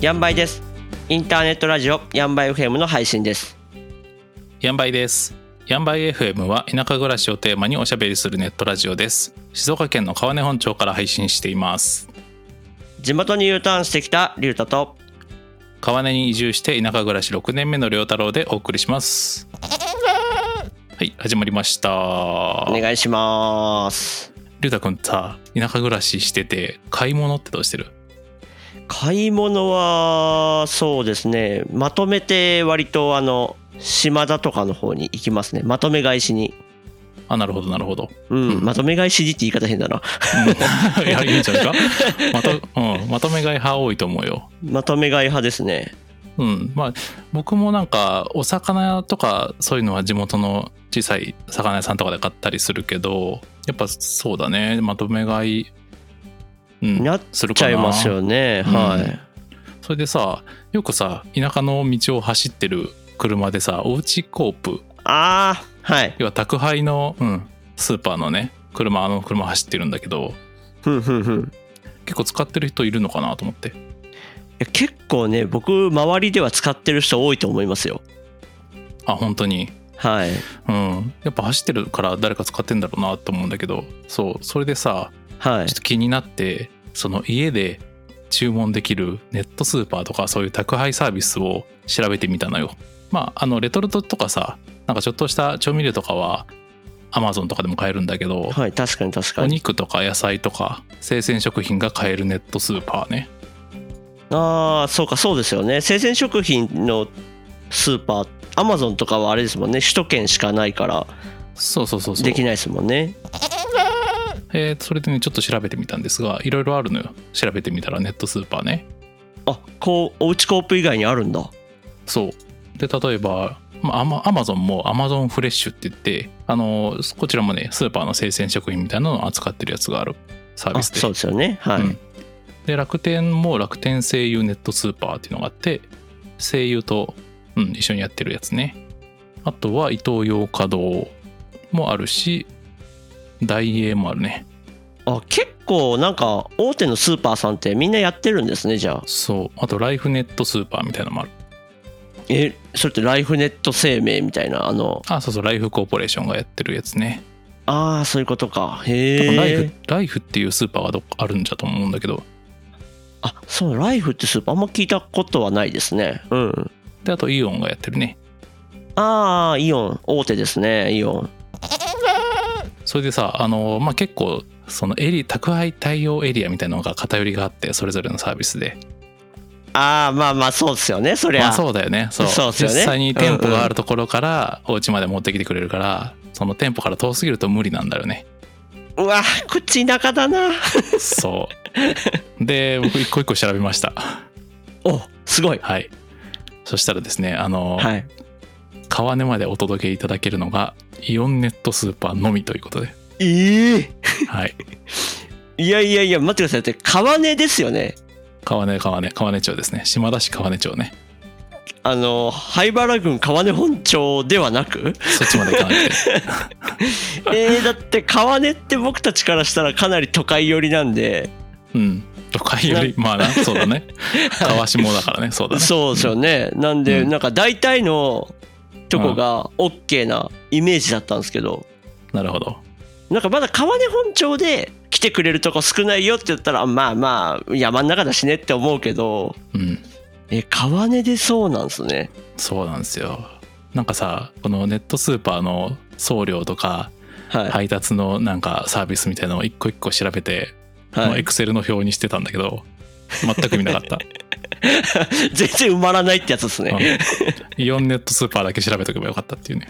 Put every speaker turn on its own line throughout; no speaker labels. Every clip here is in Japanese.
ヤンバイですインターネットラジオヤンバイ FM の配信です
ヤンバイです。ヤンバイ FM は田舎暮らしをテーマにおしゃべりするネットラジオです。静岡県の川根本町から配信しています。
地元に U ターンしてきたリュウタと
川根に移住して田舎暮らし6年目の良太郎でお送りします。はい、始まりました。
お願いします
りゅうたくんさ、田舎暮らししてて買い物ってどうしてる？
買い物はそうですねまとめて割とあの島田とかの方に行きますねまとめ買いしに
あ、なるほどなるほど。
うん、
うん
まとめ買いしにって言い方変だな
うん いやいいんじゃないか。まと、うん、まとめ買い派多いと思うよ。
まとめ買い派ですね
うん、まあ僕もなんかお魚とかそういうのは地元の小さい魚屋さんとかで買ったりするけどやっぱそうだねまとめ買い、うん、
なっ
する
ち
か
ゃい
な
ますよね
うん
はい、
それでさよくさ田舎の道を走ってる車でさおうちコープ
ああはい
要は宅配の、うん、スーパーのね車あの車走ってるんだけど
ふんふんふん
結構使ってる人いるのかなと思って
いや結構ね僕周りでは使ってる人多いと思いますよ
あ本当に
はい
うんやっぱ走ってるから誰か使ってんだろうなと思うんだけどそうそれでさ
はい
ちょっと気になってその家で注文できるネットスーパーとかそういう宅配サービスを調べてみたのよまああのレトルトとかさなんかちょっとした調味料とかは Amazon とかでも買えるんだけど
はい確かに確か
お
に
肉とか野菜とか生鮮食品が買えるネットスーパーね
ああそうかそうですよね生鮮食品のスーパーアマゾンとかはあれですもんね首都圏しかないから
そうそうそうそう
できないですもんね
えーそれでねちょっと調べてみたんですがいろいろあるのよ調べてみたらネットスーパーね
あこうおうちコープ以外にあるんだ
そう。で、例えば、まあ、アマアマゾンもアマゾンフレッシュって言って、あの、こちらもね、スーパーの生鮮食品みたいなのを扱ってるやつがあるサービ
あ
スで。
そうですよねはい、
うんで、楽天も楽天声優ネットスーパーっていうのがあって、声優と、うん、一緒にやってるやつね。あとは、イトーヨーカドーもあるし、ダイエーもあるね。
あ結構なんか大手のスーパーさんってみんなやってるんですねじゃあ
そう。あと、ライフネットスーパーみたいなのもある。
えそれってライフネット生命みたいなあの
あ、そうそう、ライフコーポレーションがやってるやつね。
ああそういうことか
多分ライ
へえ
フ、ライフっていうスーパーがどっかあるんじゃと思うんだけど、
あそうライフってスーパーあんま聞いたことはないですねうん
であとイオンがやってるね
ああイオン大手ですねイオン
それでさあの、まあ、結構そのエリ宅配対応エリアみたいなのが偏りがあってそれぞれのサービスで、
ああまあまあそうですよねそりゃ、
まあ、そうだよねそう
そうっすよね
実際に店舗があるところからお家まで持ってきてくれるから、その店舗から遠すぎると無理なんだよね
うわこっち田舎だな
そうで僕一個一個調べました
おすごい
はいそしたらですねあの、
はい
川根までお届けいただけるのがイオンネットスーパーのみということで、
ええ
はい、
いやいやいや待ってくださいだって川根ですよね
川根川根川根町ですね島田市川根町ね
あの灰原郡川根本町ではな く
そっちまで行かなくて
えー、だって川根って僕たちからしたらかなり都会寄りなんで
うん。都会より、まあな、 そうだね。川下だからね、そうだね。
そうですよねなんで
うん
なんか大体のとこが OK なイメージだったんですけど
なるほど。
なんかまだ川根本町で来てくれるとこ少ないよって言ったらまあまあ山ん中だしねって思うけど
うん。
え川根でそうなんですね
そうなんですよ。なんかさ、このネットスーパーの送料とか、
はい
配達のなんかサービスみたいなのを一個一個調べて、ま
は
あ
い
エクセルの表にしてたんだけど、全く見な かった。
全然埋まらないってやつですね。
うんイオンネットスーパーだけ調べとけばよかったっていうね。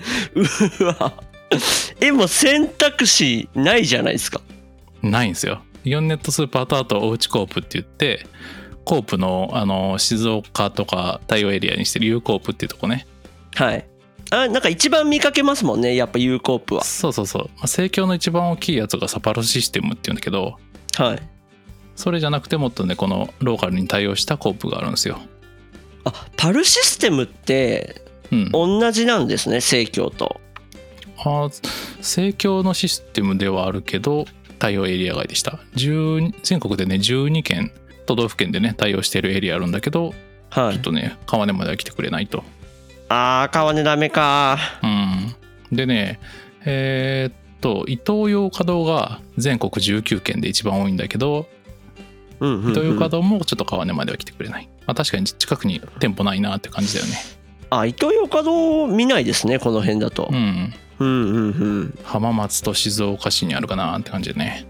うわ。え、もう選択肢ないじゃないですか。
ないんですよ。イオンネットスーパーとあとおうちコープって言って、コープのあの静岡とか対応エリアにしてる U コープっていうとこね
はい。あ、なんか一番見かけますもんね、やっぱ U コープは。
そうそうそう、まあ、盛況の一番大きいやつがサパロシステムっていうんだけど
はい。
それじゃなくてもっとねこのローカルに対応したコープがあるんですよ
あ、パルシステムって
うん
同じなんですね、生協と。
あー盛況のシステムではあるけど対応エリア外でした10全国でね12件都道府県でね対応しているエリアあるんだけど
は
ちょっ
い。
とね川根までは来てくれないと
ああ、川根ダメか。
うんでねえーっとイトーヨーカドーが全国19県で一番多いんだけど
うんうん、
イトーヨー
う
カ
ん。
ドーもちょっと川根までは来てくれない、まあ、確かに近くに店舗ないなって感じだよね
あ、伊東洋華堂見ないですね、この辺だと
う。ん
うんうんうん。
浜松と静岡市にあるかなって感じでね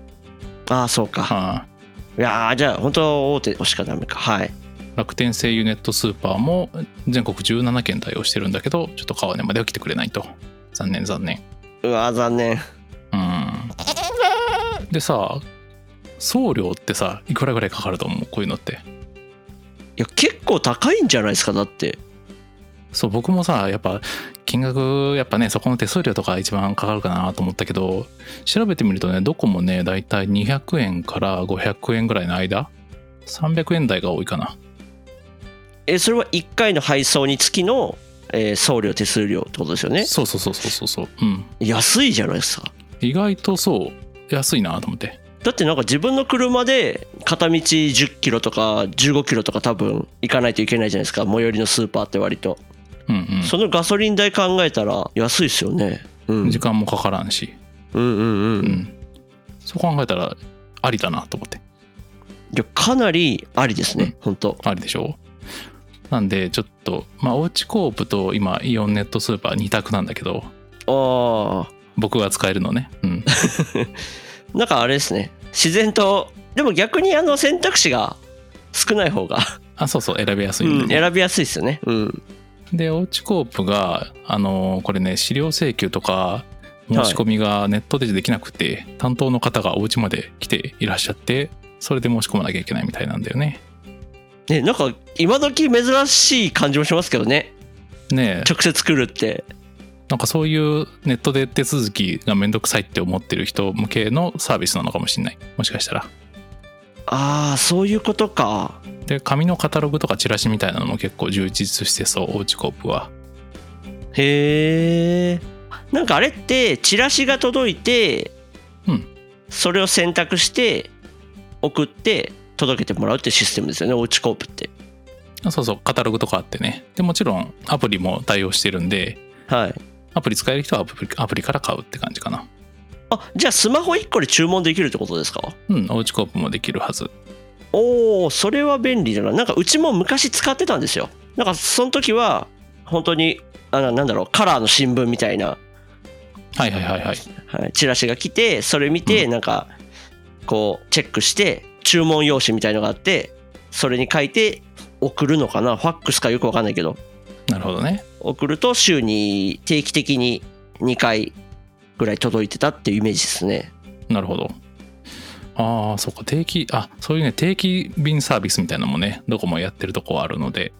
ああ、そうか。
はい
やーじゃあ、本当大手しかダメか。はい。
い楽天声優ネットスーパーも全国17県対応してるんだけどちょっと川根までは来てくれないと残念残念
うわー残念。
うんでさ送料ってさいくらぐらいかかると思うこういうのって
いや、結構高いんじゃないですか、だって。
そう僕もさやっぱ金額やっぱねそこの手数料とか一番かかるかなと思ったけど調べてみるとねどこもねだいたい200円から500円ぐらいの間300円台が多いかな
え、それは1回の配送につきの、えー送料、手数料ってことですよね。
そうそうそうそうそうそううん
安いじゃないですか。
意外とそう安いなと思って
だってなんか自分の車で片道10キロとか15キロとか多分行かないといけないじゃないですか最寄りのスーパーって割と、
うんうん
そのガソリン代考えたら安いですよねうん
時間もかからんし、
うんうんうん、
う
い
ん、そう考えたらありだなと思って
やかなりありですね、本当
ありでしょなんでちょっとまあおうちコープと今イオンネットスーパー2択なんだけど
あ
僕が使えるのねうん
あなんかあれですね自然とでも逆にあの選択肢が少ない方が、
あそうそう選びやすいん
うん
で、ね
選びやすいですよねうん
でおうちコープがあのーこれね資料請求とか申し込みがネットでできなくて、担当の方がお家まで来ていらっしゃってそれで申し込まなきゃいけないみたいなんだよね
ねなんか今時珍しい感じもしますけどね
ねえ
直接来るって
なんかそういうネットで手続きがめんどくさいって思ってる人向けのサービスなのかもしれないもしかしたら
ああそういうことか
で紙のカタログとかチラシみたいなのも結構充実してそうおうちコープは
へえんかあれってチラシが届いて、
うん
それを選択して送って届けてもらうってシステムですよねおうちコープって
あそうそうカタログとかあってねでもちろんアプリも対応してるんで
はい
アプリ使える人はアプリアプリから買うって感じかな
あじゃあスマホ1個で注文できるってことですか
うんおうちコープもできるはず
おおそれは便利だななんかうちも昔使ってたんですよなんかその時は本当にあななんだろうカラーの新聞みたいな、
はいはいはいはい
はい、チラシが来てそれ見て、
う
なんかこうチェックして注文用紙みたいのがあってそれに書いて送るのかなファックスかよくわかんないけど
なるほどね
送ると週に定期的に2回ぐらい届いてたっていうイメージですね
なるほどああそうか定期あそういうね定期便サービスみたいなのもねどこもやってるとこはあるので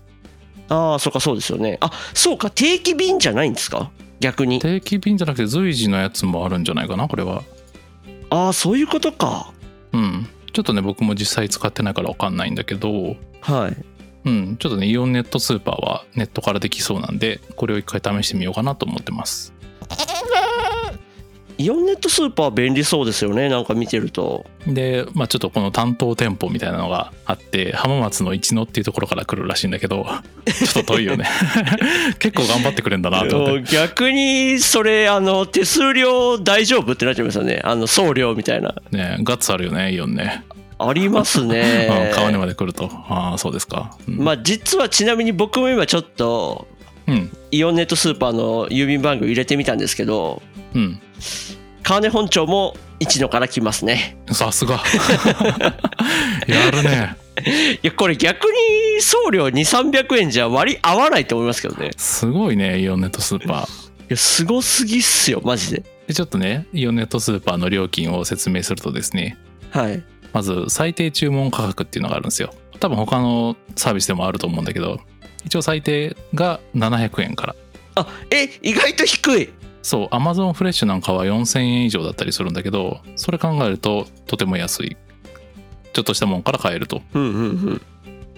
ああそっかそうですよねあそうか定期便じゃないんですか逆に
定期便じゃなくて随時のやつもあるんじゃないかなこれは
ああそういうことか
うんちょっとね僕も実際使ってないから分かんないんだけど
はい
うん、ちょっとね、イオンネットスーパーはネットからできそうなんで、これを一回試してみようかなと思ってます。
イオンネットスーパー便利そうですよねなんか見てると
で、まあちょっとこの担当店舗みたいなのがあって、浜松の一野っていうところから来るらしいんだ けど、ちょっと遠いよね。 結構頑張ってくれんだなと思って。
逆にそれあの手数料大丈夫ってなっちゃいますよねあの送料みたいな
ねガッツあるよね、イオンね。
あります
う
ね
ん、川根まで来ると。ああ、そうですか。うん。
まあ実はちなみに僕も今ちょっと
うん。
イオンネットスーパーの郵便番号入れてみたんですけど
うん。
川根本町も一野から来ますね
さすが。やるね。
いやこれ逆に送料2300円じゃ割り合わないと思いますけどね
すごいね、イオンネットスーパ
い
ー。
やすごすぎっすよマジで
で、ちょっとね、イオンネットスーパーの料金を説明するとですね、
はい
まず最低注文価格っていうのがあるんですよ多分他のサービスでもあると思うんだけど一応最低が700円から
あえ意外と低い
そう Amazon フレッシュなんかは4000円以上だったりするんだけどそれ考えるととても安いちょっとしたもんから買えると
うんうん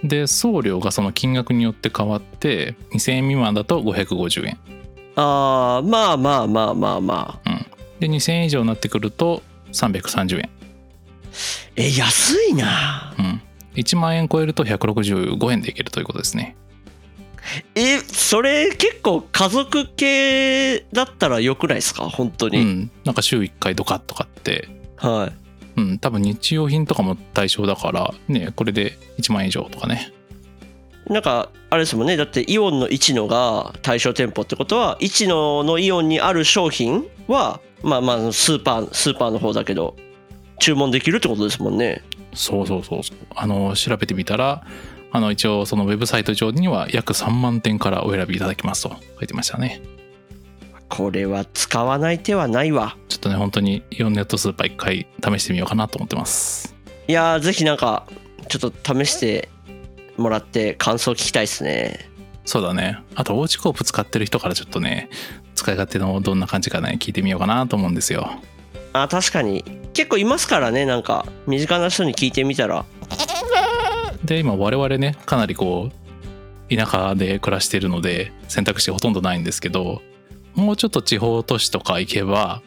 うん
で送料がその金額によって変わって2000円未満だと550円
あーまあまあまあまあまあ
で2000円以上になってくると330円
え安いな
うん1万円超えると165円でいけるということですね
えそれ結構家族系だったらよくないですか本当
う
に、
んなんか週1回とかとかって
はい
うん多分日用品とかも対象だからねこれで1万円以上とかね
なんかあれですもんねだってイオンの一野が対象店舗ってことは一野のイオンにある商品はまあまあスーパースーパーの方だけど注文できるってことですもんね
そうそうそうそうあの調べてみたらあの一応そのウェブサイト上には約3万点からお選びいただきますと書いてましたね
これは使わない手はないわ
ちょっとね本当にイオンネットスーパー1回試してみようかなと思ってます
いやーぜひなんかちょっと試してもらって感想聞きたいですね
そうだねあとおうちコープ使ってる人からちょっとね使い勝手のどんな感じかね聞いてみようかなと思うんですよ
あ確かに結構いますからねなんか身近な人に聞いてみたら
で今我々ねかなりこう田舎で暮らしているので選択肢ほとんどないんですけどもうちょっと地方都市とか行けば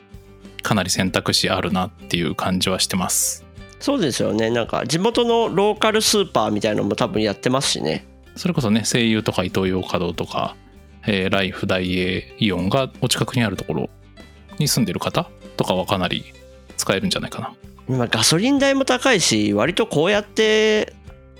かなり選択肢あるなっていう感じはしてます
そうですよねなんか地元のローカルスーパーみたいなのも多分やってますしね
それこそね声優とかイトーヨーカドーとか、えーライフダイエーイオンがお近くにあるところに住んでる方とかはかなり使えるんじゃないかな
今ガソリン代も高いし割とこうやって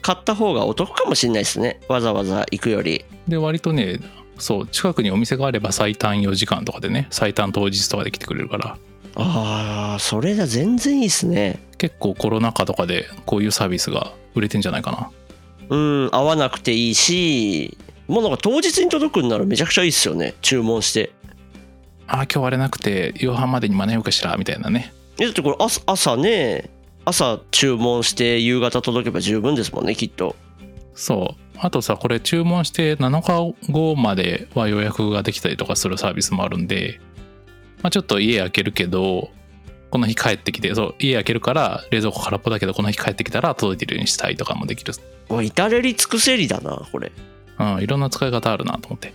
買った方がお得かもしれないですねわざわざ行くより
で割とねそう近くにお店があれば最短4時間とかでね最短当日とかで来てくれるから
ああそれじゃ全然いいですね
結構コロナ禍とかでこういうサービスが売れてんじゃないかな
うん合わなくていいしもうなんか当日に届くんならめちゃくちゃいいっすよね注文して
あー今日割れなくて夕飯までに間に合うかしらみたいなね
えだってこれ朝朝ね朝注文して夕方届けば十分ですもんねきっと
そうあとさこれ注文して7日後までは予約ができたりとかするサービスもあるんで、まあ、ちょっと家開けるけどこの日帰ってきてそう家開けるから冷蔵庫空っぽだけどこの日帰ってきたら届いてるようにしたいとかもできる、
おい至れり尽くせりだなこれ
うん、いろんな使い方あるなと思って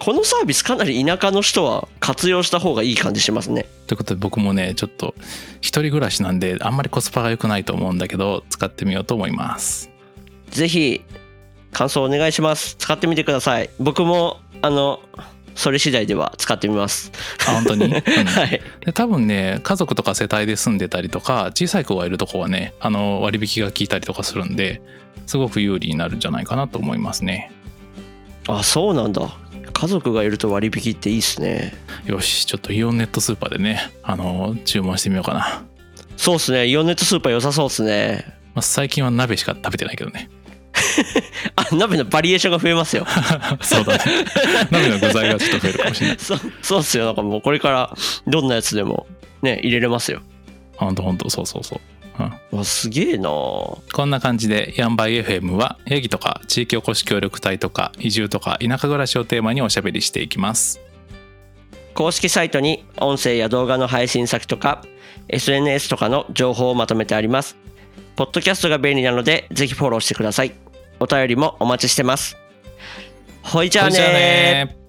このサービスかなり田舎の人は活用した方がいい感じしますね
ということで僕もねちょっと一人暮らしなんであんまりコスパが良くないと思うんだけど使ってみようと思います
ぜひ感想お願いします使ってみてください僕もあのそれ次第では使ってみます
あ本当 に、うん
はい
で多分ね家族とか世帯で住んでたりとか小さい子がいるとこはねあの割引が効いたりとかするんですごく有利になるんじゃないかなと思いますね
あそうなんだ家族がいると割引っていいっすね
よしちょっとイオンネットスーパーでねあの注文してみようかな、
そうっすねイオンネットスーパー良さそうっすね
まあ、最近は鍋しか食べてないけ どね
あ鍋のバリエーションが増えます よ
そうだね 鍋の具材がちょっと増えるかもしれない
そそうっすよなんかもうこれからどんなやつでもね入れれますよ
あほんとほんとそうそうそううん
わすげえな
こんな感じでヤンバイ FM はヤギとか地域おこし協力隊とか移住とか田舎暮らしをテーマにおしゃべりしていきます
公式サイトに音声や動画の配信先とか SNS とかの情報をまとめてあります。ポッドキャストが便利なのでぜひフォローしてください。お便りもお待ちしてます。ほいじゃあねー。
それじゃあねー